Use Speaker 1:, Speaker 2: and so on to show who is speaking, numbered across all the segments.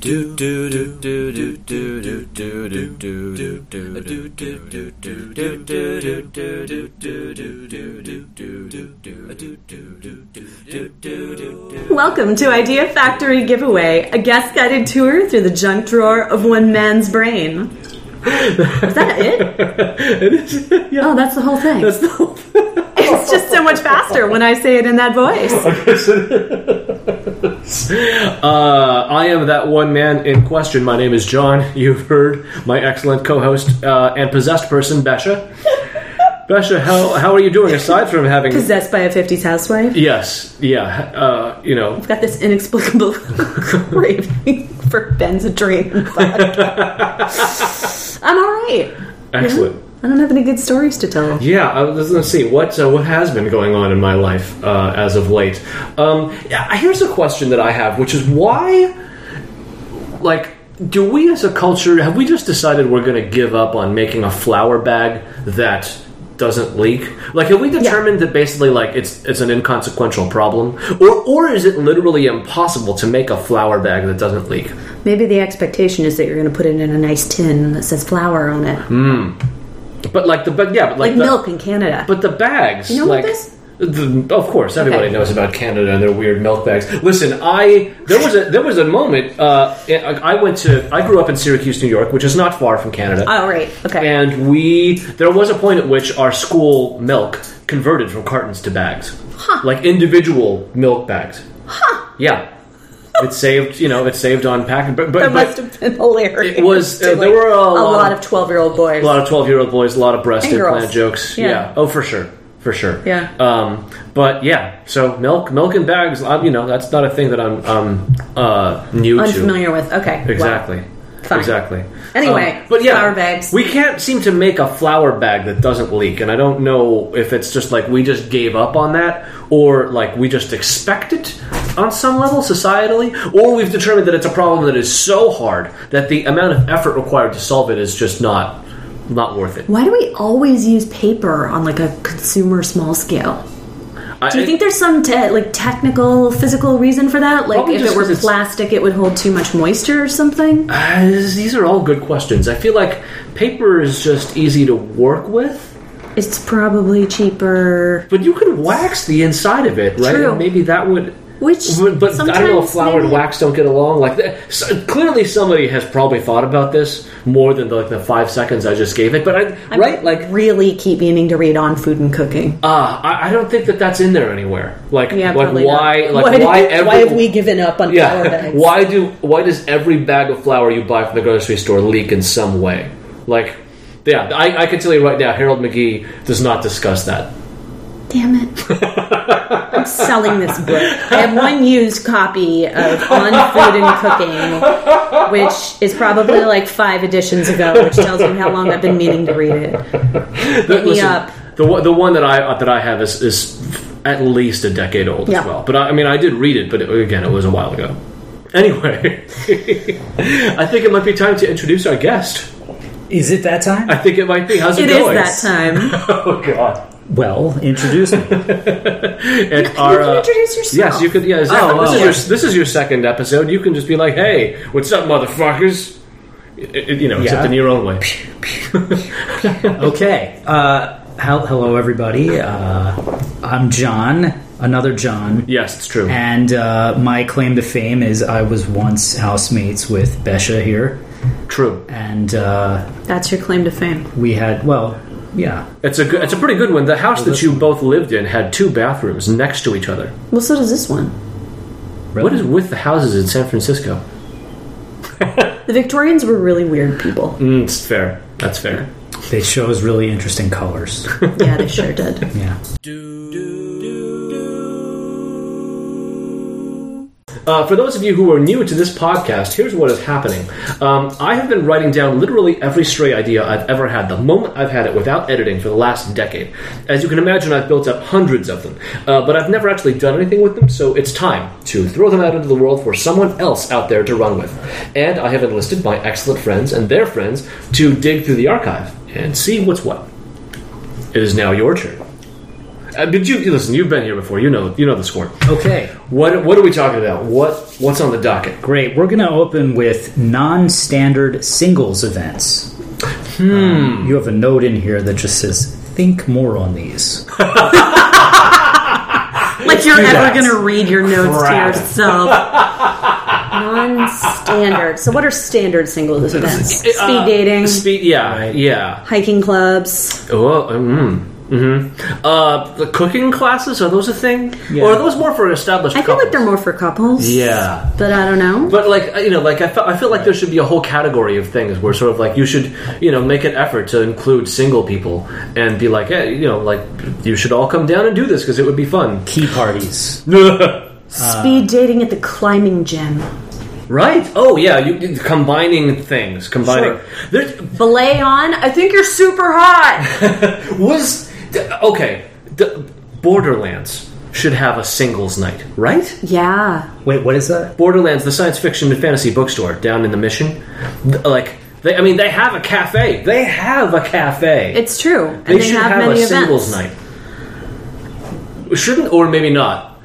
Speaker 1: do do do do do do do do do do do do do do do do do do do do
Speaker 2: Welcome to Idea Factory Giveaway, a guest guided tour through the junk drawer of one man's brain. Is that it?
Speaker 3: it is. Yeah,
Speaker 2: Oh, that's the whole thing.
Speaker 3: that's the whole thing.
Speaker 2: It's just so much faster when I say it in that voice.
Speaker 3: Yes, it is. Uh, I am that one man in question. My name is John. You've heard my excellent co-host uh, and possessed person, Besha. Besha, how how are you doing? Aside from having
Speaker 2: Possessed by a 50s housewife.
Speaker 3: yes, yeah, uh, you know,
Speaker 2: I've got this inexplicable craving for Benzedrine. vodka. I'm all right.
Speaker 3: excellent.
Speaker 2: I don't have any good stories to tell.
Speaker 3: Yeah, I was, let's see what uh, what has been going on in my life uh, as of late. Um, yeah, here's a question that I have, which is why, like, do we as a culture have we just decided we're going to give up on making a flour bag that doesn't leak? Like, have we determined that basically like it's it's an inconsequential problem, or or is it literally impossible to make a flour bag that doesn't leak?
Speaker 2: Maybe the expectation is that you're going to put it in a nice tin that says flour on it,
Speaker 3: Mm. But like the but yeah, but like,
Speaker 2: like
Speaker 3: the-
Speaker 2: milk in Canada.
Speaker 3: But the bags,
Speaker 2: You know
Speaker 3: like,
Speaker 2: about this?
Speaker 3: The, of course, everybody
Speaker 2: Okay.
Speaker 3: knows about Canada and their weird milk bags. Listen, I there was a there was a moment. Uh, I I went to I grew up in Syracuse, New York, which is not far from Canada.
Speaker 2: all Oh, right, okay.
Speaker 3: And we there was a point at which our school milk converted from cartons to bags, like individual milk bags. Yeah, it saved you know it saved on packing, but but,
Speaker 2: that
Speaker 3: but
Speaker 2: must have been hilarious.
Speaker 3: it was-
Speaker 2: to,
Speaker 3: uh, there were a lot
Speaker 2: lot
Speaker 3: of-
Speaker 2: of twelve-year-old boys.
Speaker 3: a lot of 12 year old boys, a lot of breast
Speaker 2: And
Speaker 3: implant
Speaker 2: girls.
Speaker 3: jokes.
Speaker 2: Yeah.
Speaker 3: Yeah. Oh, for sure. For sure.
Speaker 2: Yeah.
Speaker 3: Um, but yeah, so milk, milk and bags, uh, you know, that's not a thing that I'm, um, uh, new to.
Speaker 2: unfamiliar with. Okay, wow.
Speaker 3: Exactly.
Speaker 2: Fine.
Speaker 3: Exactly.
Speaker 2: Anyway,
Speaker 3: Um, but yeah,
Speaker 2: flour bags.
Speaker 3: We can't seem to make a flour bag that doesn't leak, and I don't know if it's just like we just gave up on that, or like we just expect it on some level societally, or we've determined that it's a problem that is so hard that the amount of effort required to solve it is just not not worth it.
Speaker 2: Why do we always use paper on like a consumer small scale?
Speaker 3: I,
Speaker 2: Do you think there's some te- like technical physical reason for that? Like
Speaker 3: Probably
Speaker 2: if
Speaker 3: just
Speaker 2: it
Speaker 3: 'cause
Speaker 2: were
Speaker 3: it's-
Speaker 2: plastic, it would hold too much moisture or something.
Speaker 3: Uh, these are all good questions. I feel like paper is just easy to work with,
Speaker 2: It's probably cheaper.
Speaker 3: but you could wax the inside of it, right?
Speaker 2: True.
Speaker 3: And maybe that would.
Speaker 2: Which
Speaker 3: But, but I don't know if
Speaker 2: sometimes
Speaker 3: flour and
Speaker 2: maybe-
Speaker 3: wax don't get along. Like that. So, clearly, somebody has probably thought about this more than like the five seconds I just gave it. But I,
Speaker 2: I
Speaker 3: right, like
Speaker 2: really keep meaning to read on food and cooking.
Speaker 3: uh, I, I don't think that that's in there anywhere. Like,
Speaker 2: yeah,
Speaker 3: like
Speaker 2: probably
Speaker 3: why,
Speaker 2: not.
Speaker 3: like
Speaker 2: did-
Speaker 3: why, every,
Speaker 2: why have we given up on flour
Speaker 3: Yeah.
Speaker 2: bags?
Speaker 3: Why do why does every bag of flour you buy from the grocery store leak in some way? Like, yeah, I, I can tell you right now, Harold McGee does not discuss that.
Speaker 2: Damn it. I'm selling this book. I have one used copy of On Food and Cooking, which is probably like five editions ago, which tells you how long I've been meaning to read it.
Speaker 3: Hit
Speaker 2: me up.
Speaker 3: The one- the one that I uh, that I have is is at least a decade old
Speaker 2: Yeah.
Speaker 3: as well. But I, I mean, I did read it, but it, again, it was a while ago. Anyway, I think it might be time to introduce our guest.
Speaker 1: Is it that time?
Speaker 3: I think it might be. How's it,
Speaker 2: It is
Speaker 3: going?
Speaker 2: that time.
Speaker 3: Oh God!
Speaker 1: Well, introduce me.
Speaker 3: And
Speaker 2: You
Speaker 3: our,
Speaker 2: can
Speaker 3: uh,
Speaker 2: introduce yourself.
Speaker 3: Yes, you could. Yeah, exactly.
Speaker 1: Oh,
Speaker 3: this,
Speaker 1: oh,
Speaker 3: is
Speaker 1: yeah.
Speaker 3: your, this is your second episode. You can just be like, "Hey, what's up, motherfuckers?" I- I- you know, except
Speaker 1: Yeah.
Speaker 3: in your own way.
Speaker 1: Okay. Uh, hel- hello, everybody. Uh, I'm John, another John,
Speaker 3: Yes, it's true.
Speaker 1: and uh, my claim to fame is I was once housemates with Besha here,
Speaker 3: True.
Speaker 1: and uh,
Speaker 2: That's your claim to fame.
Speaker 1: we had well, yeah,
Speaker 3: It's a good, it's a pretty good one. The house that you both lived in had two bathrooms next to each other.
Speaker 2: Well, so does this one.
Speaker 1: really?
Speaker 3: What is with the houses in San Francisco?
Speaker 2: The Victorians were really weird people.
Speaker 3: Mm, it's fair. That's fair.
Speaker 1: They chose really interesting colors.
Speaker 2: Yeah, they sure did.
Speaker 1: Yeah.
Speaker 3: Uh, for those of you who are new to this podcast, here's what is happening. Um, I have been writing down literally every stray idea I've ever had, the moment I've had it, without editing for the last decade. As you can imagine, I've built up hundreds of them, uh, but I've never actually done anything with them, so it's time to throw them out into the world for someone else out there to run with. And I have enlisted my excellent friends and their friends to dig through the archive and see what's what. It is now your turn. Uh, did you listen? You've been here before. You know. You know the score.
Speaker 4: Okay,
Speaker 3: What What are we talking about? What What's on the docket?
Speaker 4: great. We're going to open with non standard singles events.
Speaker 1: Um,
Speaker 4: Hmm. you have a note in here that just says, think more on these.
Speaker 2: Like you're
Speaker 3: that.
Speaker 2: ever going to read your notes
Speaker 4: Crap.
Speaker 2: to yourself. Non-standard. So what are standard singles events? Speed
Speaker 3: Uh,
Speaker 2: dating,
Speaker 3: Speed. Yeah.
Speaker 4: Right.
Speaker 3: Yeah.
Speaker 2: hiking clubs.
Speaker 3: Oh. Mm. Mm-hmm. Uh, the cooking classes are those a thing,
Speaker 4: Yeah.
Speaker 3: or are those more for established?
Speaker 2: I feel like
Speaker 3: couples?
Speaker 2: they're more for couples.
Speaker 3: Yeah.
Speaker 2: But I don't know.
Speaker 3: But like uh, you know, like I feel, I feel like there should be a whole category of things where sort of like you should you know make an effort to include single people and be like, hey, you know, like you should all come down and do this because it would be fun.
Speaker 4: Key parties.
Speaker 3: Uh,
Speaker 2: Speed dating at the climbing gym.
Speaker 3: Right? Oh yeah, you combining things, combining.
Speaker 2: Sure.
Speaker 3: There
Speaker 2: Belay on. I think you're super hot.
Speaker 3: was okay. The Borderlands should have a singles night, right?
Speaker 2: yeah.
Speaker 4: Wait, what is that?
Speaker 3: Borderlands, the science fiction and fantasy bookstore down in the Mission, th- like they, I mean, they have a cafe. They have a cafe.
Speaker 2: It's true. And
Speaker 3: they, should have, a singles night. Shouldn't or maybe not.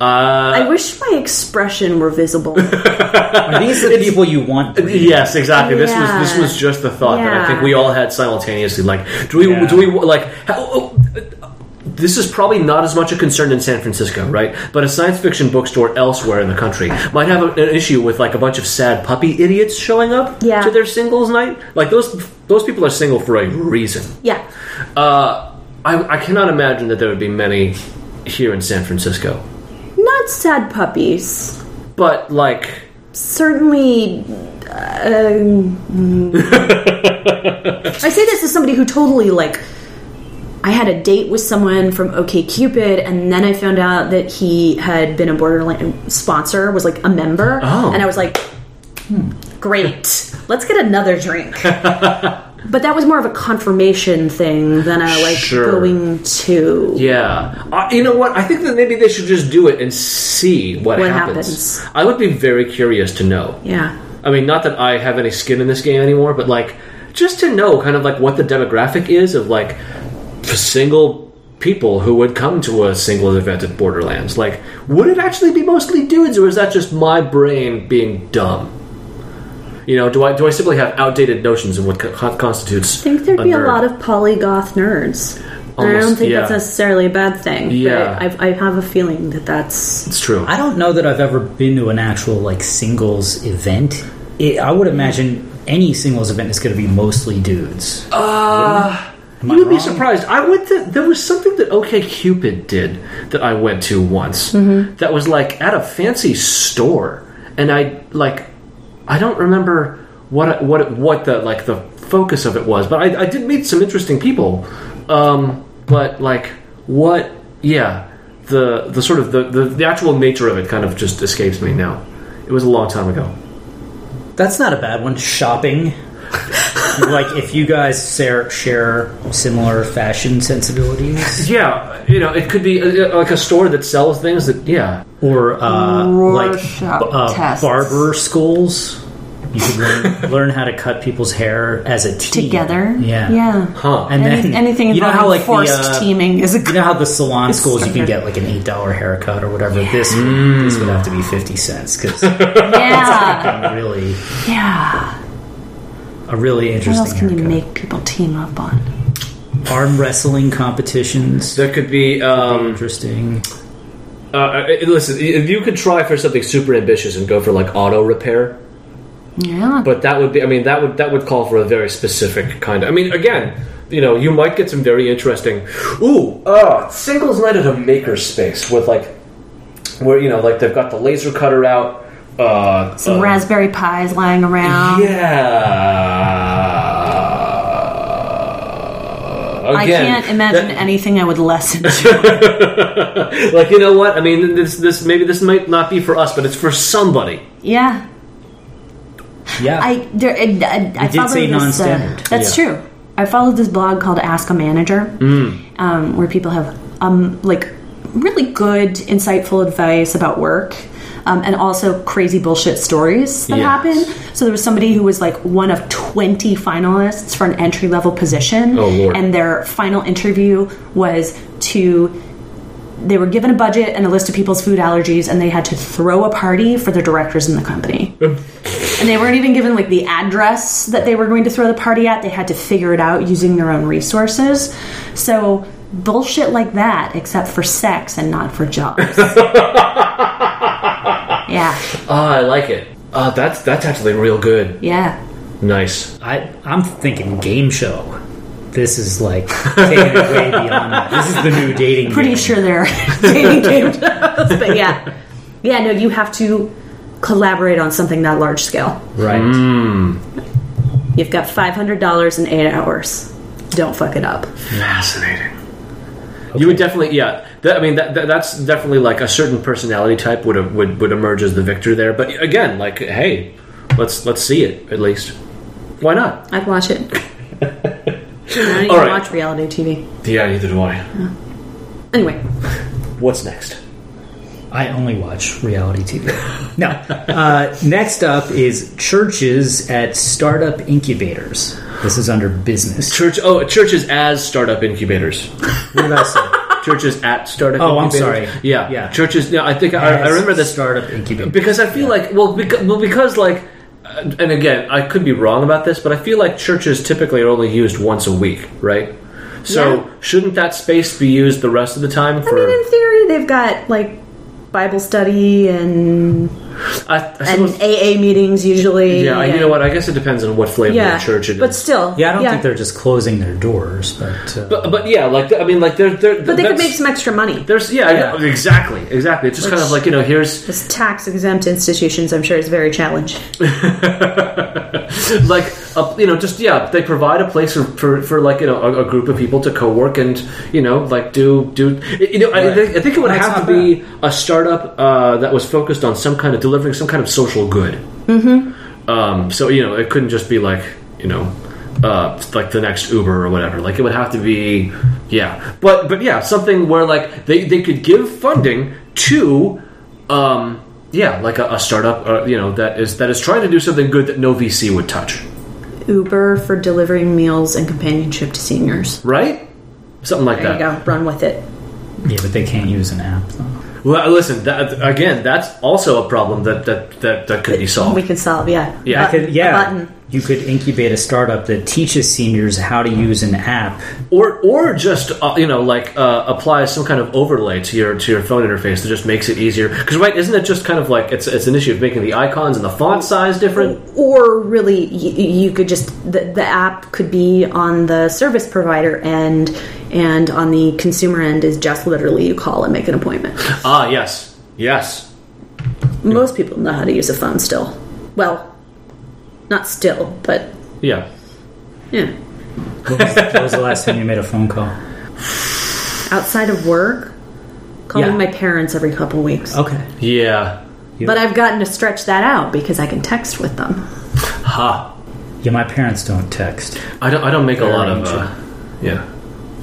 Speaker 3: Uh,
Speaker 2: I wish my expression were visible.
Speaker 4: Are these the people you want? breeding?
Speaker 3: Yes, exactly. This
Speaker 2: Yeah.
Speaker 3: was this was just the thought that I
Speaker 2: Yeah.
Speaker 3: think we all had simultaneously. Like, do we
Speaker 4: Yeah.
Speaker 3: do we like? How, oh, uh, this is probably not as much a concern in San Francisco, right? But a science fiction bookstore elsewhere in the country might have a- an issue with like a bunch of sad puppy idiots showing up
Speaker 2: Yeah.
Speaker 3: to their singles night. Like those those people are single for a reason.
Speaker 2: yeah.
Speaker 3: Uh, I, I cannot imagine that there would be many here in San Francisco.
Speaker 2: Not sad puppies.
Speaker 3: But like,
Speaker 2: Certainly. Um, I say this as somebody who totally like. I had a date with someone from OK Cupid, and then I found out that he had been a Borderland sponsor, was like a member,
Speaker 3: Oh.
Speaker 2: and I was like, "Hmm, "Great, let's get another drink." but that was more of a confirmation thing than a like
Speaker 3: Sure.
Speaker 2: going to.
Speaker 3: yeah, uh, you know what? I think that maybe they should just do it and see what,
Speaker 2: What
Speaker 3: happens.
Speaker 2: happens.
Speaker 3: I would be very curious to know.
Speaker 2: yeah.
Speaker 3: I mean, not that I have any skin in this game anymore, but like, just to know kind of like what the demographic is of like single people who would come to a single event at Borderlands. Like, would it actually be mostly dudes, or is that just my brain being dumb? You know, do I do I simply have outdated notions of what co- constitutes?
Speaker 2: I think there'd be a
Speaker 3: nerd?
Speaker 2: lot of polygoth nerds. and I don't
Speaker 3: Almost,
Speaker 2: think
Speaker 3: yeah.
Speaker 2: that's necessarily a bad thing.
Speaker 3: Yeah.
Speaker 2: But I, I have a feeling that that's.
Speaker 3: It's true.
Speaker 4: I don't know that I've ever been to an actual like singles event. It, I would imagine any singles event is going to be mostly dudes.
Speaker 3: You would be surprised. I went to there was something that OK Cupid did that I went to once that was like at a fancy store, and I like I don't remember what I- what it- what the like the focus of it was, but I, I did meet some interesting people. Um, but like what? Yeah, the the sort of the, the the actual nature of it kind of just escapes me now. It was a long time ago.
Speaker 4: That's not a bad one. Shopping. like if you guys share, share similar fashion sensibilities,
Speaker 3: Yeah, you know, it could be uh, uh, like a store that sells things that yeah.
Speaker 4: or uh, like
Speaker 2: Rorschach
Speaker 4: uh,
Speaker 2: tests.
Speaker 4: barber schools, you could learn, learn how to cut people's hair as a team
Speaker 2: Together?
Speaker 4: Yeah,
Speaker 2: Yeah.
Speaker 3: Huh.
Speaker 4: And
Speaker 2: Any-
Speaker 4: then
Speaker 2: anything
Speaker 4: you know
Speaker 2: involving
Speaker 4: how like
Speaker 2: forced
Speaker 4: the, uh,
Speaker 2: teaming is a
Speaker 4: You
Speaker 2: good.
Speaker 4: know how the salon schools you
Speaker 2: standard.
Speaker 4: can get like an eight dollar haircut or whatever. This would, this would have to be fifty cents because
Speaker 2: Yeah.
Speaker 4: really
Speaker 2: yeah.
Speaker 4: a really
Speaker 2: What
Speaker 4: interesting.
Speaker 2: else can you
Speaker 4: haircut.
Speaker 2: make people team up on?
Speaker 4: Arm wrestling competitions.
Speaker 3: There could be um,
Speaker 4: Interesting.
Speaker 3: Uh, uh, listen, if you could try for something super ambitious and go for like auto repair,
Speaker 2: Yeah.
Speaker 3: but that would be, I mean, that would that would call for a very specific kind of. I mean, again, you know, you might get some very interesting. Ooh, uh, singles night at a maker space with like, where you know, like they've got the laser cutter out. Uh,
Speaker 2: Some
Speaker 3: uh,
Speaker 2: raspberry pies lying around.
Speaker 3: Yeah. Again,
Speaker 2: I can't imagine
Speaker 3: that-
Speaker 2: anything I would less enjoy.
Speaker 3: like you know what? I mean, this this maybe this might not be for us, but it's for somebody.
Speaker 2: yeah.
Speaker 4: Yeah.
Speaker 2: I there. I, I, I
Speaker 4: did
Speaker 2: followed
Speaker 4: say
Speaker 2: this, uh,
Speaker 4: non-standard.
Speaker 2: that's
Speaker 3: Yeah.
Speaker 2: true. I followed this blog called Ask a Manager,
Speaker 4: Mm.
Speaker 2: um, where people have um, like really good, insightful advice about work. Um, and also crazy bullshit stories that
Speaker 3: Yes.
Speaker 2: happen. So there was somebody who was like one of twenty finalists for an entry level position,
Speaker 3: Oh, Lord.
Speaker 2: and their final interview was to they were given a budget and a list of people's food allergies, and they had to throw a party for the directors in the company. and they weren't even given like the address that they were going to throw the party at. They had to figure it out using their own resources. So bullshit like that, except for sex and not for jobs. yeah,
Speaker 3: Ah, I like it. Ah, that's that's actually real good.
Speaker 2: yeah.
Speaker 3: Nice.
Speaker 4: I, I'm thinking game show. This is like taking it way beyond that. This is the new dating.
Speaker 2: Pretty
Speaker 4: game.
Speaker 2: sure they're dating game shows, but yeah, yeah. No, you have to collaborate on something that large scale.
Speaker 4: right?
Speaker 2: You've got five hundred dollars in eight hours. Don't fuck it up.
Speaker 3: Fascinating. You would definitely, yeah. That, I mean, that, that, that's definitely like a certain personality type would would would emerge as the victor there. But again, like, hey, let's let's see it at least. Why not?
Speaker 2: I'd watch it. I don't even
Speaker 3: All right.
Speaker 2: watch reality TV.
Speaker 3: Yeah, neither do I.
Speaker 2: Anyway,
Speaker 3: What's next?
Speaker 4: I only watch reality TV. No. Uh, next up is churches at startup incubators. This is under business.
Speaker 3: Church. Oh, churches as startup incubators.
Speaker 4: What did I say?
Speaker 3: Churches at startup.
Speaker 4: Oh, I'm
Speaker 3: incubators.
Speaker 4: sorry.
Speaker 3: Yeah,
Speaker 4: Yeah.
Speaker 3: Churches. No, I think I, I
Speaker 4: As
Speaker 3: remember this.
Speaker 4: startup incubator.
Speaker 3: because I feel like well because, well because like uh, and again I could be wrong about this but I feel like churches typically are only used once a week right so
Speaker 2: Yeah.
Speaker 3: shouldn't that space be used the rest of the time
Speaker 2: I
Speaker 3: for
Speaker 2: mean, in theory, they've got like Bible study and
Speaker 3: I, I
Speaker 2: and
Speaker 3: suppose,
Speaker 2: AA meetings usually.
Speaker 3: yeah you know what I guess it depends on what flavor
Speaker 2: Yeah,
Speaker 3: of church it is
Speaker 2: but still,
Speaker 4: Yeah, I don't think they're just closing their doors, but, uh,
Speaker 3: but, um, but yeah like I mean like they're, they're
Speaker 2: But they could
Speaker 3: that's-
Speaker 2: make some extra money.
Speaker 3: there's yeah,
Speaker 4: Yeah.
Speaker 3: exactly exactly it's just kind of like you know here's
Speaker 2: This tax exempt institutions, I'm sure, is very challenging.
Speaker 3: like a, you know just yeah they provide a place for, for, for like you know a, a group of people to co-work and you know like do do you know I,
Speaker 4: Right.
Speaker 3: think, I think it would
Speaker 4: That's
Speaker 3: have
Speaker 4: not
Speaker 3: to be a startup uh, that was focused on some kind of delivering some kind of social good mm-hmm. um, so you know it couldn't just be like you know uh, like the next uber or whatever like it would have to be yeah but but yeah something where like they, they could give funding to um, yeah, like a, a startup, uh, you know, that is that is trying to do something good that no VC would touch.
Speaker 2: Uber for delivering meals and companionship to seniors.
Speaker 3: right? Something like
Speaker 2: There you
Speaker 3: that.
Speaker 2: go. Run with it.
Speaker 4: yeah, but they can't use an app. Though.
Speaker 3: Well, listen, that, again, that's also a problem that that that, that could be
Speaker 2: We
Speaker 3: solved.
Speaker 2: can solve. Yeah.
Speaker 3: Oh. Yeah, I
Speaker 2: Bu-
Speaker 4: Could-
Speaker 2: a
Speaker 4: yeah,
Speaker 2: button.
Speaker 4: you could incubate a startup that teaches seniors how to use an app.
Speaker 3: Or or just uh, you know like uh, apply some kind of overlay to your to your phone interface that just makes it easier. Because right, isn't it just kind of like it's it's an issue of making the icons and the font size different?
Speaker 2: Or really, you, you could just the, the app could be on the service provider end, and on the consumer end is just literally you call and make an appointment.
Speaker 3: Ah, yes, yes.
Speaker 2: Most people know how to use a phone still. Well, not still, but
Speaker 3: Yeah,
Speaker 2: yeah.
Speaker 4: What was, what was the last time you made a phone call?
Speaker 2: Outside of work, calling
Speaker 4: Yeah.
Speaker 2: my parents every couple weeks.
Speaker 4: Okay.
Speaker 3: yeah.
Speaker 2: But I've gotten to stretch that out because I can text with them.
Speaker 3: Ha!
Speaker 4: Yeah, my parents don't text.
Speaker 3: I don't I don't make a lot of
Speaker 4: ancient.
Speaker 3: uh, yeah.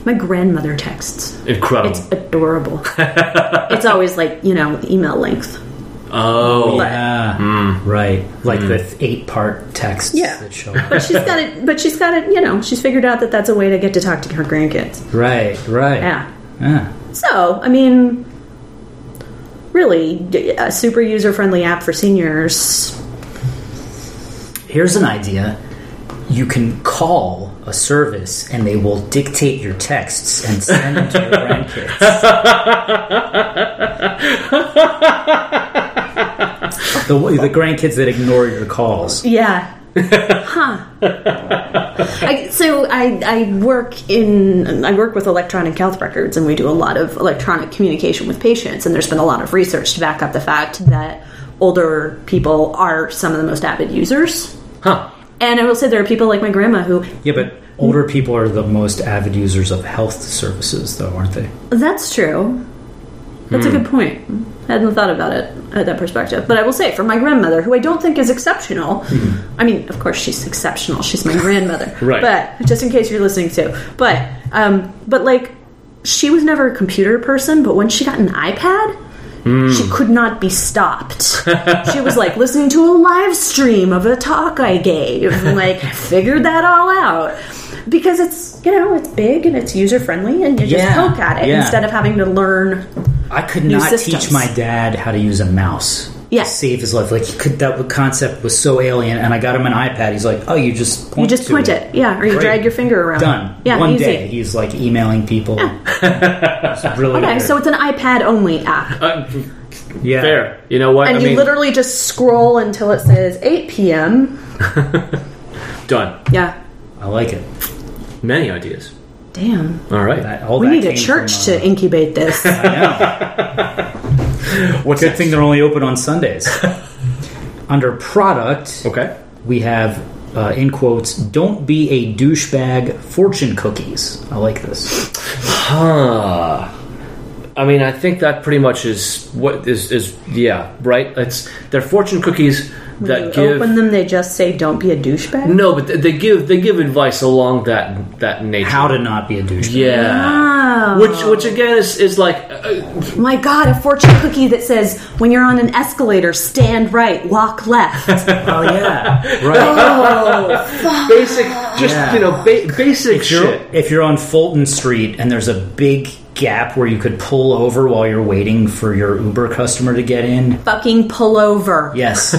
Speaker 2: My grandmother texts.
Speaker 3: Incredible.
Speaker 2: It's adorable. it's always like, you know, email length.
Speaker 3: oh,
Speaker 4: Yeah, right. Like
Speaker 3: Hmm.
Speaker 4: the eight-part texts
Speaker 2: Yeah.
Speaker 4: that show up.
Speaker 2: But she's got it, but she's got it, you know, she's figured out that that's a way to get to talk to her grandkids.
Speaker 4: Right, right.
Speaker 2: Yeah.
Speaker 4: Yeah.
Speaker 2: So, I mean, really, d- a super user friendly app for seniors.
Speaker 4: Here's an idea. You can call a service and they will dictate your texts and send them to your grandkids. the, the grandkids that ignore your calls.
Speaker 2: Yeah. huh. I, so I, I work in I work with electronic health records, and we do a lot of electronic communication with patients. And there's been a lot of research to back up the fact that older people are some of the most avid users.
Speaker 3: huh.
Speaker 2: And I will say there are people like my grandma who
Speaker 4: Yeah, but older people are the most avid users of health services, though, aren't they?
Speaker 2: That's true. That's a good point. I hadn't thought about it at that perspective. But I will say, for my grandmother, who I don't think is exceptional, I mean, of course, she's exceptional. She's my grandmother.
Speaker 3: Right.
Speaker 2: But just in case you're listening to, but um, but like, she was never a computer person. But when she got an iPad,
Speaker 4: Hmm.
Speaker 2: She could not be stopped. she was like listening to a live stream of a talk I gave. and, Like figured that all out because it's you know it's big and it's user friendly and you just
Speaker 4: Yeah,
Speaker 2: poke at it
Speaker 4: yeah.
Speaker 2: instead of having to learn.
Speaker 4: I could not
Speaker 2: systems.
Speaker 4: teach my dad how to use a mouse.
Speaker 2: Yeah.
Speaker 4: To save his life. Like he could, that concept was so alien. And I got him an iPad. He's like, oh, you just
Speaker 2: You
Speaker 4: point
Speaker 2: just
Speaker 4: to
Speaker 2: point it, yeah, or you
Speaker 4: Great.
Speaker 2: drag your finger around.
Speaker 4: Done.
Speaker 2: Uh-huh. Yeah,
Speaker 4: One
Speaker 2: easy.
Speaker 4: day he's like emailing people. It's really
Speaker 2: Okay,
Speaker 4: weird.
Speaker 2: so it's an iPad only app,
Speaker 4: yeah.
Speaker 3: Uh, Fair. You know what?
Speaker 2: and
Speaker 3: I
Speaker 2: you
Speaker 3: mean,
Speaker 2: literally just scroll until it says 8 p.m.
Speaker 3: done.
Speaker 2: Yeah,
Speaker 4: I like it.
Speaker 3: Many ideas.
Speaker 2: damn.
Speaker 3: All right.
Speaker 4: That, all
Speaker 2: We
Speaker 4: that
Speaker 2: need a
Speaker 4: came
Speaker 2: church
Speaker 4: from,
Speaker 2: to incubate this.
Speaker 4: uh, I know. What's Good thing they're only open on Sundays. Under product,
Speaker 3: Okay.
Speaker 4: we have uh, in quotes, "Don't be a douchebag." Fortune cookies. I like this.
Speaker 3: Huh. Uh, I mean, I think that pretty much is what is is yeah right. It's they're fortune cookies that
Speaker 2: you
Speaker 3: give
Speaker 2: open them, they just say, "Don't be a douchebag."
Speaker 3: no, but they give they give advice along that that nature.
Speaker 4: How to not be a douchebag.
Speaker 3: yeah.
Speaker 2: Wow.
Speaker 3: Which, which again is, is like, uh,
Speaker 2: My God, a fortune cookie that says, "When you're on an escalator, stand right, walk left."
Speaker 4: Oh yeah, right.
Speaker 2: oh,
Speaker 3: uh, basic, just
Speaker 4: Yeah.
Speaker 3: you know, ba- basic
Speaker 4: If you're-
Speaker 3: shit.
Speaker 4: If you're on Fulton Street and there's a big gap where you could pull over while you're waiting for your Uber customer to get in,
Speaker 2: fucking pull over.
Speaker 4: yes,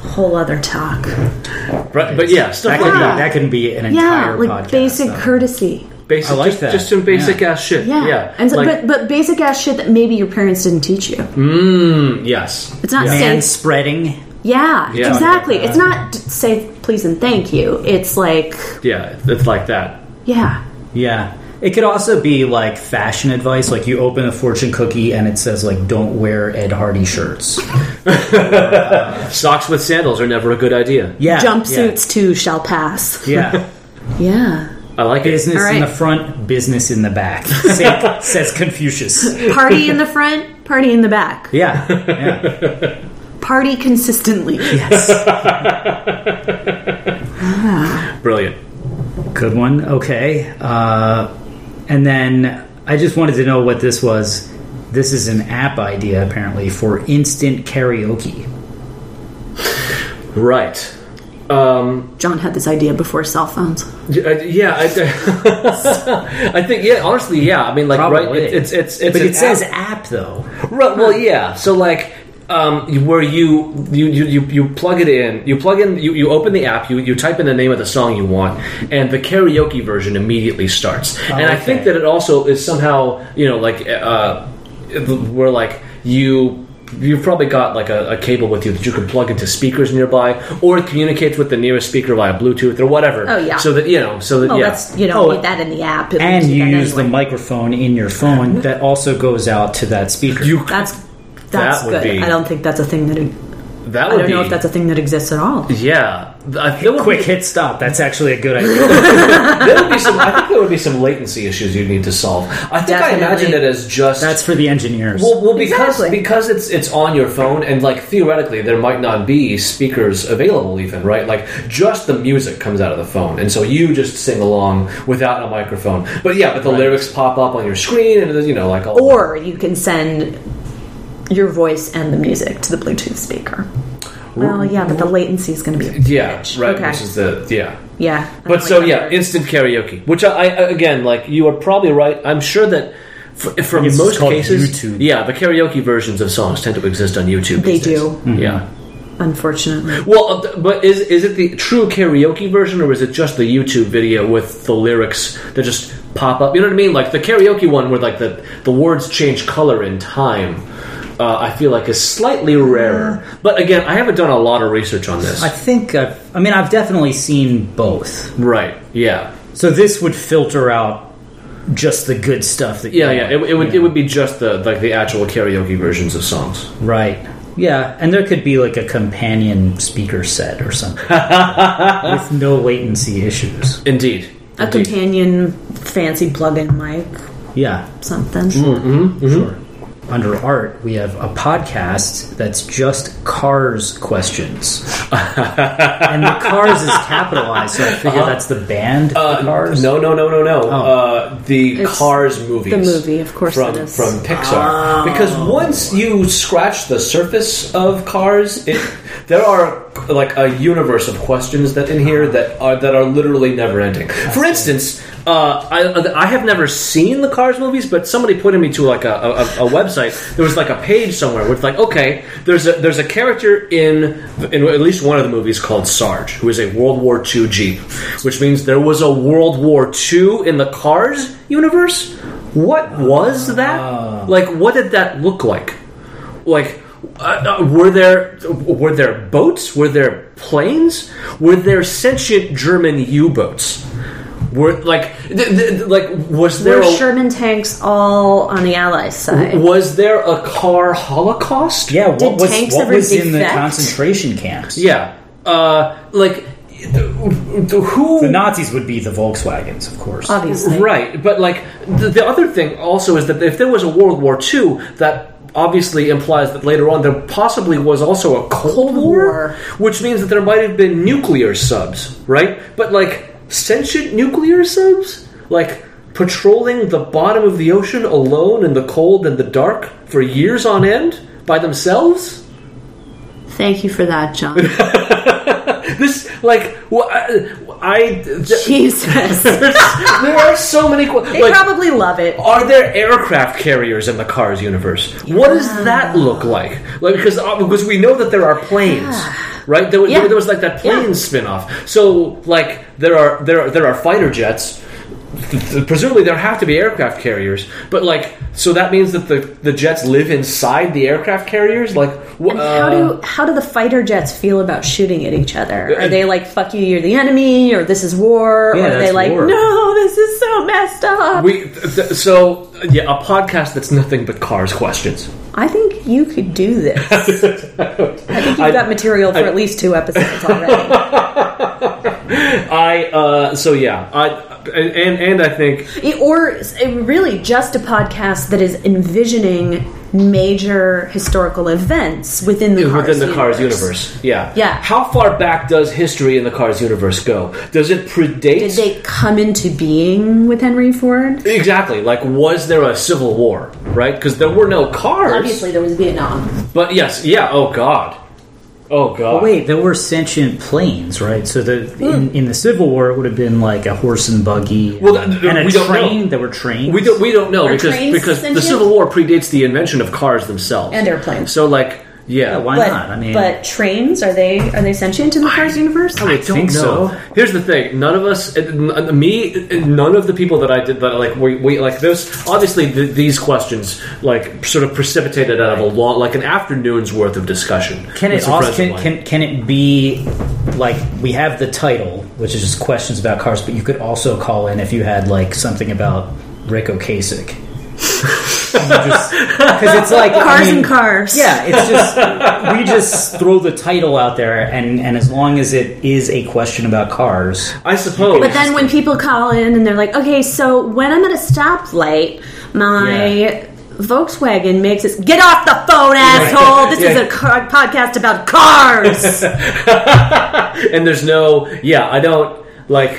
Speaker 2: Whole other talk.
Speaker 3: Right, but yeah,
Speaker 4: that
Speaker 3: stuff
Speaker 4: could
Speaker 3: like
Speaker 4: be
Speaker 2: Yeah.
Speaker 4: that could be an
Speaker 2: Yeah,
Speaker 4: entire
Speaker 2: like
Speaker 4: podcast,
Speaker 2: basic
Speaker 4: so.
Speaker 2: courtesy.
Speaker 3: basic,
Speaker 4: I like
Speaker 3: just,
Speaker 4: that.
Speaker 3: just some basic
Speaker 4: Yeah.
Speaker 3: ass shit.
Speaker 2: Yeah.
Speaker 3: Yeah,
Speaker 2: And so,
Speaker 3: like,
Speaker 2: but but basic ass shit that maybe your parents didn't teach you.
Speaker 3: mm, yes,
Speaker 2: It's not
Speaker 4: man
Speaker 2: safe.
Speaker 4: spreading.
Speaker 2: Yeah,
Speaker 3: Yeah.
Speaker 2: exactly. It's not d- say please and thank you. It's like
Speaker 3: yeah, it's like that.
Speaker 2: yeah.
Speaker 4: Yeah. It could also be like fashion advice. Like you open a fortune cookie and it says like don't wear Ed Hardy shirts.
Speaker 3: Socks with sandals are never a good idea.
Speaker 4: Yeah.
Speaker 2: Jumpsuits too shall pass.
Speaker 4: Yeah. yeah.
Speaker 2: Yeah.
Speaker 3: I like it.
Speaker 4: Business
Speaker 2: All right.
Speaker 4: in the front, business in the back. Sink, says Confucius.
Speaker 2: Party in the front, party in the back.
Speaker 4: Yeah. Yeah.
Speaker 2: Party consistently.
Speaker 4: Yes.
Speaker 3: Brilliant.
Speaker 4: Good one. Okay. Uh, and then I just wanted to know what this was. This is an app idea apparently for instant karaoke.
Speaker 3: Right. Um,
Speaker 2: John had this idea before cell phones.
Speaker 3: y- uh, yeah, I, I think yeah. Honestly, yeah. I mean, like,
Speaker 4: Probably.
Speaker 3: right? It, it's it's it's
Speaker 4: But
Speaker 3: an
Speaker 4: it says
Speaker 3: app-
Speaker 4: app though.
Speaker 3: right, well, yeah. So like. Um, where you you, you you you plug it in, you plug in, you, you open the app, you, you type in the name of the song you want, and the karaoke version immediately starts. and I
Speaker 4: Oh, okay.
Speaker 3: think that it also is somehow you know like uh, where like you you've probably got like a, a cable with you that you can plug into speakers nearby, or it communicates with the nearest speaker via Bluetooth or whatever.
Speaker 2: Oh, yeah.
Speaker 3: So that you know, so that
Speaker 2: Well,
Speaker 3: yeah.
Speaker 2: that's you don't
Speaker 4: Oh,
Speaker 2: need that in the app. It
Speaker 4: and
Speaker 2: leaves
Speaker 4: you
Speaker 2: that
Speaker 4: use the
Speaker 2: anyway.
Speaker 4: microphone in your phone that also goes out to that speaker.
Speaker 3: you
Speaker 2: That's that's
Speaker 3: That would
Speaker 2: good.
Speaker 3: be-
Speaker 2: I don't think that's a thing that e- I
Speaker 3: that would
Speaker 2: don't
Speaker 3: be
Speaker 2: know if that's a thing that exists at all.
Speaker 3: yeah. I- that would
Speaker 4: quick
Speaker 3: be-
Speaker 4: hit stop. That's actually a good idea.
Speaker 3: there would be some. I think there would be some latency issues you'd need to solve. I think
Speaker 2: Definitely.
Speaker 3: I imagine it as just
Speaker 4: That's for the engineers.
Speaker 3: well, well because
Speaker 2: Exactly.
Speaker 3: because it's it's on your phone and like theoretically there might not be speakers available even right like just the music comes out of the phone and so you just sing along without a microphone but yeah but the lyrics pop up on your screen and you know like all
Speaker 2: Or you can send your voice and the music to the Bluetooth speaker. Well, yeah, but the latency is going to be a
Speaker 3: yeah
Speaker 2: bitch.
Speaker 3: right
Speaker 2: Okay.
Speaker 3: which is the yeah
Speaker 2: yeah. I don't
Speaker 3: But
Speaker 2: like
Speaker 3: so
Speaker 2: that
Speaker 3: yeah,
Speaker 2: word.
Speaker 3: instant karaoke. Which I, I again, like you are probably right. I'm sure that for, for
Speaker 4: it's
Speaker 3: most
Speaker 4: called
Speaker 3: cases,
Speaker 4: YouTube.
Speaker 3: yeah, the karaoke versions of songs tend to exist on YouTube.
Speaker 2: They
Speaker 3: these days.
Speaker 2: do.
Speaker 4: Mm-hmm.
Speaker 3: Yeah.
Speaker 2: unfortunately.
Speaker 3: Well, uh, th- but is is it the true karaoke version, or is it just the YouTube video with the lyrics that just pop up? You know what I mean? Like the karaoke one, where like the the words change color in time. Uh, I feel like is slightly rarer.
Speaker 2: Mm.
Speaker 3: But again, I haven't done a lot of research on this.
Speaker 4: I think I've, I mean I've definitely seen both.
Speaker 3: right? Yeah.
Speaker 4: So this would filter out just the good stuff that. you
Speaker 3: Yeah, yeah.
Speaker 4: want.
Speaker 3: It, it would it would be just the like the actual karaoke versions of songs.
Speaker 4: Right. Yeah, and there could be like a companion speaker set or something with no latency issues.
Speaker 3: Indeed.
Speaker 2: A companion fancy plug-in mic
Speaker 4: Yeah,
Speaker 3: Mm. Mm-hmm.
Speaker 2: something.
Speaker 4: sure. under art, we have a podcast that's just cars questions. and the cars is capitalized, so I figure that's the band the cars.
Speaker 3: Uh-huh. Uh, No, no, no, no, no. Uh, the
Speaker 2: It's
Speaker 3: Cars movies.
Speaker 2: the movie, of course
Speaker 3: from
Speaker 2: it is.
Speaker 3: from Pixar. Because once you scratch the surface of Cars, it there are like a universe of questions that in here that are that are literally never ending. For instance, uh, I I have never seen the Cars movies, but somebody put me to like a, a, a website. There was like a page somewhere where it's like, okay, there's a there's a character in in at least one of the movies called Sarge, who is a World War II Jeep, which means there was a World War II in the Cars universe. What was that? Like, what did that look like? Like, uh, uh, were there were there boats? Were there planes? Were there sentient German U-boats? Were like th- th- like was there
Speaker 2: Were
Speaker 3: a,
Speaker 2: Sherman tanks all on the Allies side?
Speaker 3: was there a car holocaust?
Speaker 4: yeah, what
Speaker 2: Did
Speaker 4: was,
Speaker 2: tanks
Speaker 4: what
Speaker 2: ever
Speaker 4: was in the
Speaker 2: defect?
Speaker 4: concentration camps?
Speaker 3: yeah. Uh, like who
Speaker 4: The Nazis would be the Volkswagens, of
Speaker 2: Uh,
Speaker 4: course.
Speaker 2: Obviously.
Speaker 3: Right, but like the, the other thing also is that if there was a World War II, that obviously implies that later on there possibly was also a Cold, War,
Speaker 2: War.
Speaker 3: which means that there might have been nuclear subs, right? But like sentient nuclear subs, like patrolling the bottom of the ocean alone in the cold and the dark for years on end by themselves.
Speaker 2: Thank you for that, John.
Speaker 3: This like wh- I, I th-
Speaker 2: Jesus.
Speaker 3: there are so many que-
Speaker 2: They
Speaker 3: like,
Speaker 2: probably love it.
Speaker 3: Are there aircraft carriers in the Cars universe? What does that look like? Like because uh, because we know that there are planes, right? There, was-
Speaker 2: Yeah.
Speaker 3: there was like that plane
Speaker 2: Yeah.
Speaker 3: spin-off. So like there are there are, there are fighter jets. Presumably there have to be aircraft carriers, but like so that means that the the jets live inside the aircraft carriers. Like wh- uh,
Speaker 2: How do how do the fighter jets feel about shooting at each other? Are they like "fuck you, you're the enemy," or "this is war"?
Speaker 4: Yeah,
Speaker 2: or are they
Speaker 4: that's
Speaker 2: like
Speaker 4: war.
Speaker 2: "no, this is so messed up"?
Speaker 3: we th- th- so yeah a podcast that's nothing but Cars questions.
Speaker 2: I think you could do this. I think you've got material for at least two episodes already.
Speaker 3: I uh so yeah I and and I think
Speaker 2: or s- really, just a podcast that is envisioning major historical events within the cars
Speaker 3: within the Cars
Speaker 2: universe.
Speaker 3: universe. Yeah.
Speaker 2: Yeah.
Speaker 3: How far back does history in the Cars universe go? Does it predate?
Speaker 2: Did they come into being with Henry Ford?
Speaker 3: Exactly. Like, was there a civil war, right? Because there were no cars.
Speaker 2: Obviously, there was Vietnam.
Speaker 3: But yes, yeah. Oh God. Oh God.
Speaker 4: Wait, there were sentient planes, right? So the
Speaker 2: Hmm.
Speaker 4: in, in the Civil War, it would have been like a horse and buggy,
Speaker 3: Well,
Speaker 4: and,
Speaker 3: th- th-
Speaker 4: a
Speaker 3: we don't
Speaker 4: train.
Speaker 3: know.
Speaker 4: There were trains.
Speaker 3: We don't. We don't know
Speaker 2: Are
Speaker 3: because
Speaker 2: trains
Speaker 3: because the
Speaker 2: sentient?
Speaker 3: Civil War predates the invention of cars themselves
Speaker 2: And airplanes.
Speaker 3: So like, yeah.
Speaker 4: Yeah, why
Speaker 2: But,
Speaker 4: not? I mean,
Speaker 2: but trains are they are they sentient in the Cars universe?
Speaker 3: I don't
Speaker 4: think
Speaker 3: know.
Speaker 4: so.
Speaker 3: Here's the thing: none of us, uh, n- n- me, n- none of the people that I did that like we, we like this. Obviously, th- these questions like sort of precipitated out of a long, like an afternoon's worth of discussion.
Speaker 4: can
Speaker 3: with
Speaker 4: it
Speaker 3: some
Speaker 4: also,
Speaker 3: friends of
Speaker 4: can,
Speaker 3: mine.
Speaker 4: can can it be like we have the title, which is just questions about cars, but you could also call in if you had like something about Rick Ocasek. Because it's like I
Speaker 2: Cars
Speaker 4: mean,
Speaker 2: and cars.
Speaker 4: Yeah, it's just we just throw the title out there, and and as long as it is a question about cars,
Speaker 3: I suppose.
Speaker 2: But then when people call in and they're like, okay, so when I'm at a stoplight, my
Speaker 4: Yeah.
Speaker 2: Volkswagen makes us get off the phone, asshole. This
Speaker 3: Yeah.
Speaker 2: is a car- podcast about cars.
Speaker 3: and there's no, yeah, I don't like.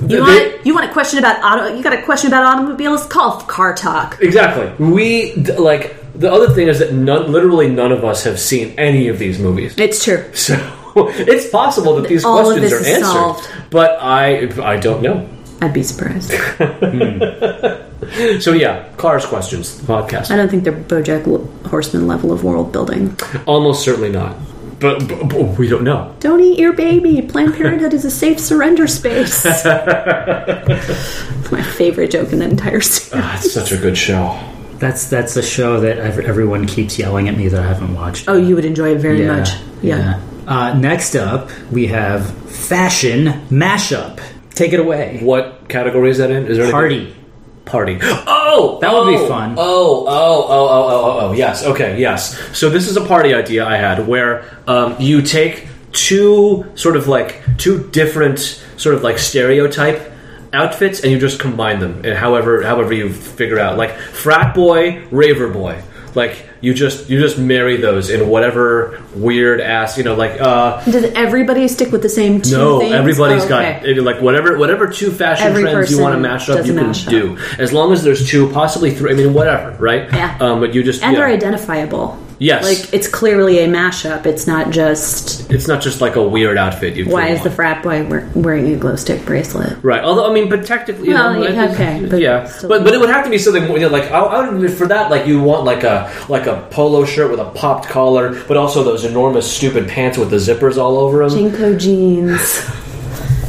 Speaker 2: You
Speaker 3: the-
Speaker 2: want you want a question about auto? You got a question about automobiles? Call Car Talk.
Speaker 3: exactly. We d- like the other thing is that none, literally none of us have seen any of these movies.
Speaker 2: It's true.
Speaker 3: So it's possible that these
Speaker 2: All of
Speaker 3: questions
Speaker 2: this is
Speaker 3: are answered,
Speaker 2: solved.
Speaker 3: but I I don't know.
Speaker 2: I'd be surprised.
Speaker 3: So yeah, cars
Speaker 2: I
Speaker 3: questions podcast.
Speaker 2: don't think they're BoJack L- Horseman level of world building.
Speaker 3: Almost certainly not, but, but, but we don't know.
Speaker 2: Don't eat your baby. Planned Parenthood is a safe surrender space. It's my favorite joke in the entire series.
Speaker 3: That's Ah, such a good show.
Speaker 4: that's that's a show that ev- everyone keeps yelling at me that I haven't watched.
Speaker 2: Oh, you would enjoy it very much. Yeah.
Speaker 4: Uh, next up, we have fashion mashup. Take it away,
Speaker 3: What category is that in? Is there anything-
Speaker 4: party.
Speaker 3: Party. Oh,
Speaker 4: That would be fun.
Speaker 3: Oh, oh, oh, oh, oh, oh, oh. Yes. Okay. Yes. So this is a party idea I had where um, you take two sort of like two different sort of like stereotype outfits and you just combine them and however however you figure out like frat boy raver boy Like you just you just marry those in whatever weird ass you know like uh
Speaker 2: Does everybody stick with the same two
Speaker 3: no
Speaker 2: things?
Speaker 3: everybody's
Speaker 2: Oh,
Speaker 3: got it- like whatever whatever two fashion
Speaker 2: Every
Speaker 3: trends you
Speaker 2: person
Speaker 3: want to mash up
Speaker 2: does
Speaker 3: you
Speaker 2: a
Speaker 3: can
Speaker 2: mash up.
Speaker 3: do as long as there's two possibly three I mean whatever right
Speaker 2: Yeah.
Speaker 3: um but you just
Speaker 2: And
Speaker 3: yeah.
Speaker 2: they're identifiable.
Speaker 3: Yes.
Speaker 2: Like, it's clearly a mashup. It's not just,
Speaker 3: it's not just like a weird outfit you
Speaker 2: why
Speaker 3: threw
Speaker 2: is the
Speaker 3: on.
Speaker 2: frat boy wear- wearing a glow stick bracelet?
Speaker 3: Right. Although I mean, but technically,
Speaker 2: Well,
Speaker 3: you know,
Speaker 2: yeah,
Speaker 3: I think-
Speaker 2: okay, but
Speaker 3: yeah.
Speaker 2: still-
Speaker 3: But but it would have to be something more, you know, like I, I would for that like you want like a like a polo shirt with a popped collar, but also those enormous stupid pants with the zippers all over them.
Speaker 2: Jinko jeans.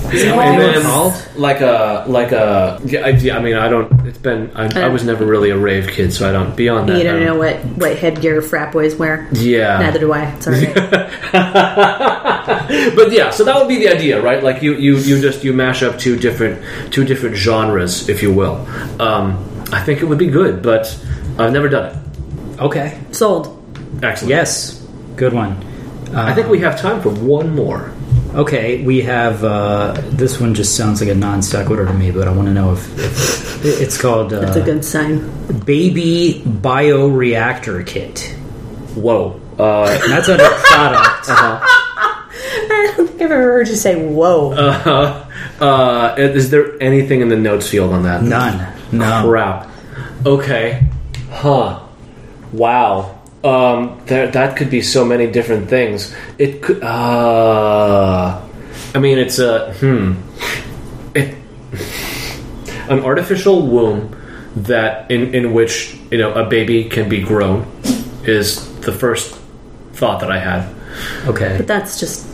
Speaker 3: And
Speaker 2: Jeans.
Speaker 3: then like a like a yeah, I, yeah, I mean I don't it's been I, I was never really a rave kid so I don't beyond that
Speaker 2: Oh. You don't
Speaker 3: I
Speaker 2: know what, what headgear frat boys wear?
Speaker 3: yeah
Speaker 2: Neither do I. Sorry.
Speaker 3: but yeah, so that would be the idea, right? Like you, you, you just you mash up two different two different genres, if you will. Um, I think it would be good, but I've never done
Speaker 4: Okay.
Speaker 2: Sold.
Speaker 3: it. Excellent.
Speaker 4: Yes. Good one.
Speaker 3: I think we have time for one more.
Speaker 4: Okay, we have uh, this one. Just sounds like a non sequitur to me, but I want to know if, if it's called uh,
Speaker 2: That's a good sign.
Speaker 4: baby bioreactor kit.
Speaker 3: Whoa. Uh,
Speaker 4: And that's under product.
Speaker 2: I don't think I've ever heard you say, whoa.
Speaker 3: uh, uh, is there anything in the notes field on that?
Speaker 4: None. No.
Speaker 3: Crap. Okay. Huh. Wow. Um, there, that could be so many different things. It could. Uh, I mean, it's a hmm. It, an artificial womb that in in which you know a baby can be grown is the first thought that I had.
Speaker 4: Okay.
Speaker 2: That's just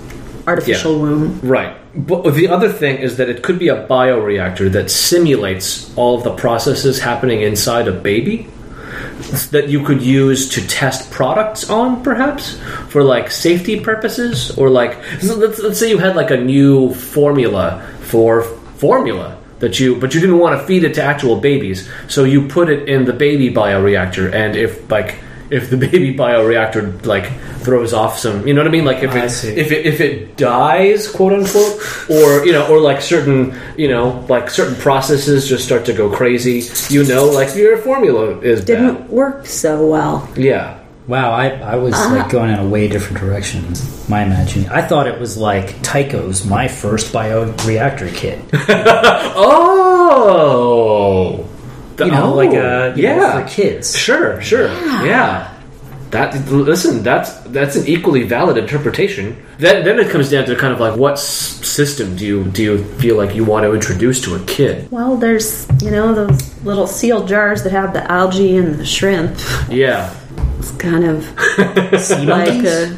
Speaker 2: artificial womb.
Speaker 3: Right. But the other thing is that it could be a bioreactor that simulates all of the processes happening inside a baby that you could use to test products on, perhaps, for like safety purposes, or like so let's, let's say you had like a new formula for formula that you, but you didn't want to feed it to actual babies, so you put it in the baby bioreactor, and if like if the baby bioreactor like throws off some, you know what I mean, like if
Speaker 4: I
Speaker 3: it,
Speaker 4: see.
Speaker 3: if if it, if it dies, quote unquote, or you know, or like certain you know, like certain processes just start to go crazy, you know, like your formula is
Speaker 2: Didn't
Speaker 3: bad.
Speaker 2: work so well.
Speaker 3: Yeah,
Speaker 4: Wow, I, I was like going in a way different direction. My imagination. I thought it was like Tycho's my first bioreactor kit.
Speaker 3: Oh, The-
Speaker 4: You know, like
Speaker 3: oh,
Speaker 4: uh, you
Speaker 3: yeah,
Speaker 4: know, for kids.
Speaker 3: sure, sure, yeah. That listen, that's that's an equally valid interpretation. Then then it comes down to kind of like what s- system do you do you feel like you want to introduce to a kid?
Speaker 2: Well, there's, you know, those little sealed jars that have the algae and the shrimp.
Speaker 3: Yeah,
Speaker 2: It's kind of
Speaker 4: Sea
Speaker 2: like
Speaker 4: monkeys?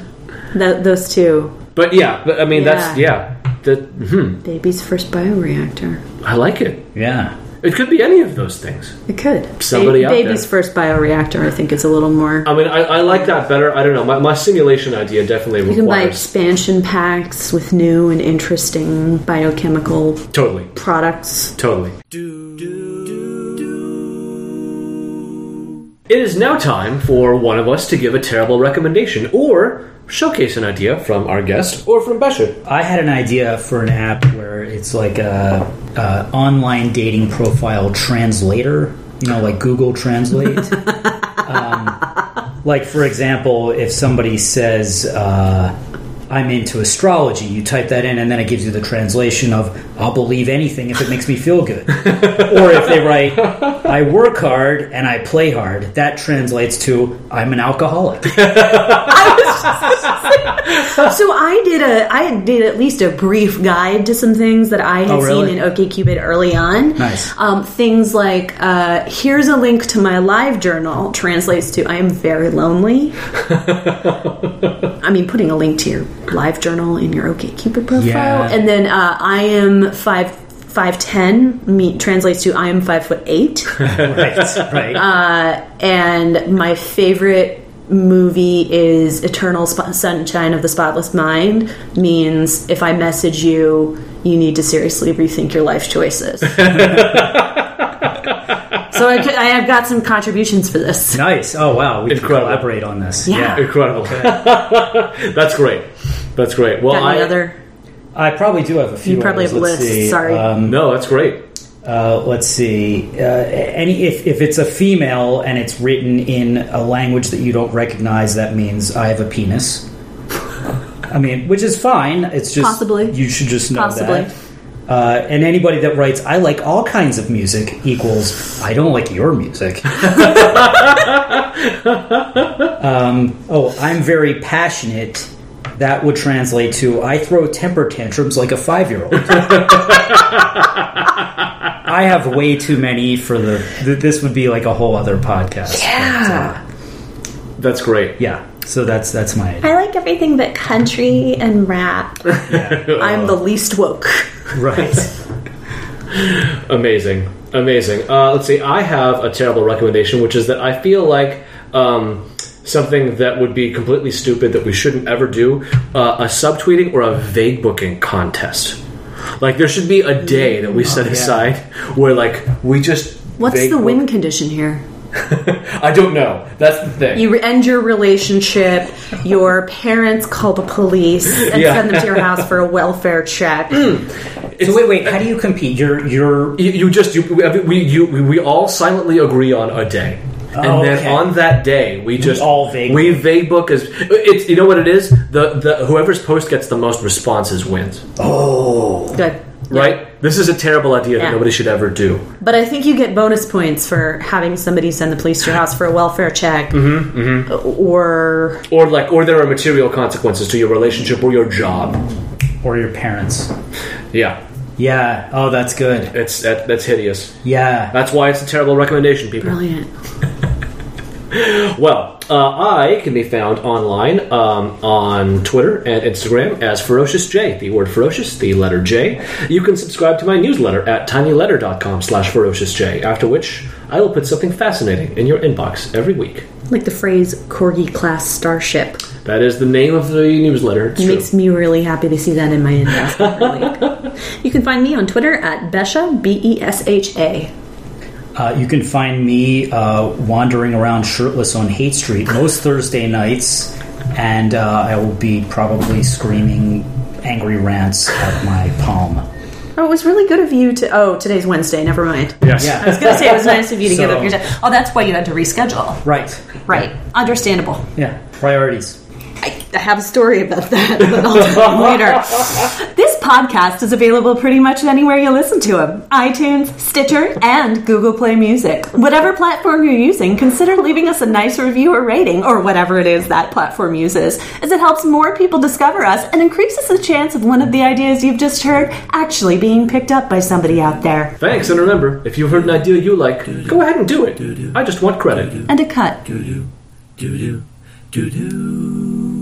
Speaker 2: a, th- those two.
Speaker 3: but yeah, but I mean that's
Speaker 2: Yeah.
Speaker 3: yeah. That hmm,
Speaker 2: Baby's first bioreactor.
Speaker 3: I like it.
Speaker 4: yeah.
Speaker 3: It could be any of those things.
Speaker 2: It could.
Speaker 3: Somebody out there.
Speaker 2: Baby's first bioreactor, I think, is a little more.
Speaker 3: I mean, I, I like that better. I don't know. My, my simulation idea definitely
Speaker 2: You can buy
Speaker 3: requires
Speaker 2: expansion packs with new and interesting biochemical
Speaker 3: totally,
Speaker 2: products.
Speaker 3: totally. It is now time for one of us to give a terrible recommendation or showcase an idea from our guest or from Besher.
Speaker 4: I had an idea for an app where it's like a, a online dating profile translator, you know, like Google Translate. um, like for example, if somebody says, uh, "I'm into astrology," you type that in, and then it gives you the translation of "I'll believe anything if it makes me feel good," or if they write, "I work hard and I play hard," that translates to "I'm an alcoholic."
Speaker 2: So I did a, I did at least a brief guide to some things that I had
Speaker 4: Oh, really?
Speaker 2: seen in OkCupid early on.
Speaker 4: Nice.
Speaker 2: Um, things like uh, here's a link to my live journal translates to I am very lonely. I mean, putting a link to your live journal in your OkCupid profile,
Speaker 4: Yeah.
Speaker 2: and then uh, I am five five ten me translates to I am five foot eight.
Speaker 4: right, right.
Speaker 2: and my favorite movie is Eternal Sp- Sunshine of the Spotless Mind means if I message you you need to seriously rethink your life choices. so I, could- I have got some contributions for this.
Speaker 4: Nice. Oh wow, we can
Speaker 3: Incredible.
Speaker 4: collaborate on this.
Speaker 2: Yeah.
Speaker 3: Ah, Incredible. That's great. That's great. Well,
Speaker 2: Got
Speaker 3: I
Speaker 2: any other?
Speaker 4: I probably do have a few.
Speaker 2: You probably
Speaker 4: others.
Speaker 2: have
Speaker 4: Let's
Speaker 2: lists,
Speaker 4: see.
Speaker 2: sorry.
Speaker 4: Um,
Speaker 3: no, that's great.
Speaker 4: Uh, let's see. Uh, any if, if it's a female and it's written in a language that you don't recognize, that means I have a penis. I mean, which is fine. It's just
Speaker 2: Possibly.
Speaker 4: you should just know
Speaker 2: Possibly.
Speaker 4: that. Uh, and anybody that writes "I like all kinds of music" equals "I don't like your music." um, oh, I'm very passionate. That would translate to "I throw temper tantrums like a five-year-old." I have way too many for the. Th- this would be like a whole other podcast.
Speaker 2: Yeah.
Speaker 3: That's great.
Speaker 4: Yeah. So that's that's my idea.
Speaker 5: I like everything but country and rap.
Speaker 2: I'm the least woke.
Speaker 4: right.
Speaker 3: Amazing, amazing. Uh, let's see. I have a terrible recommendation, which is that I feel like um, something that would be completely stupid that we shouldn't ever do: uh, a subtweeting or a vague booking contest. Like there should be a day that
Speaker 4: Oh,
Speaker 3: we set aside where, like, we just
Speaker 2: What's
Speaker 3: vague
Speaker 2: the
Speaker 3: book-
Speaker 2: win condition here?
Speaker 3: I don't know. That's the thing.
Speaker 2: You end your relationship. Your parents call the police and
Speaker 3: Yeah.
Speaker 2: send them to your house for a welfare check.
Speaker 4: So wait, wait. How do you compete? You're you're
Speaker 3: You, you just you, we- we you we all silently agree on a day, and
Speaker 4: Oh,
Speaker 3: then
Speaker 4: okay.
Speaker 3: on that day we just
Speaker 4: all vague
Speaker 3: we vague book is it's you know what it is the the whoever's post gets the most responses wins
Speaker 4: oh
Speaker 2: Good.
Speaker 3: right. This is a terrible idea that
Speaker 2: Yeah.
Speaker 3: nobody should ever do.
Speaker 2: But I think you get bonus points for having somebody send the police to your house for a welfare check, or
Speaker 3: Or like or there are material consequences to your relationship or your job.
Speaker 4: or your parents.
Speaker 3: Yeah,
Speaker 4: Yeah. Oh, that's good.
Speaker 3: it's that, that's hideous.
Speaker 4: Yeah.
Speaker 3: That's why it's a terrible recommendation, people.
Speaker 2: brilliant.
Speaker 3: Well, uh, I can be found online um, on Twitter and Instagram as Ferocious J. The word ferocious, the letter J. You can subscribe to my newsletter at tinyletter.com slash ferocious J, after which I will put something fascinating in your inbox every week.
Speaker 2: Like the phrase "corgi class starship"
Speaker 3: That is the name of the newsletter. It's true.
Speaker 2: makes me really happy to see that in my inbox. every week. you can find me on Twitter at Besha B E S H A.
Speaker 4: Uh, you can find me uh, wandering around shirtless on Hate Street most Thursday nights, and uh, I will be probably screaming angry rants at my palm.
Speaker 2: Oh, it was really good of you to. Oh, today's Wednesday. Never mind.
Speaker 3: Yes.
Speaker 2: I was going to say it was nice of you to give up
Speaker 4: So-
Speaker 2: your time. Oh, that's why you had to reschedule.
Speaker 4: Right.
Speaker 2: Right. Understandable.
Speaker 4: Yeah. Priorities.
Speaker 2: I, I have a story about that, but I'll tell you later. This podcast is available pretty much anywhere you listen to them iTunes, Stitcher, and Google Play Music. Whatever platform you're using, consider leaving us a nice review or rating, or whatever it is that platform uses, as it helps more people discover us and increases the chance of one of the ideas you've just heard actually being picked up by somebody out there.
Speaker 3: Thanks, and remember, if you've heard an idea you like, go ahead and do it. I just want credit.
Speaker 2: And a cut.
Speaker 1: Do do do do do do.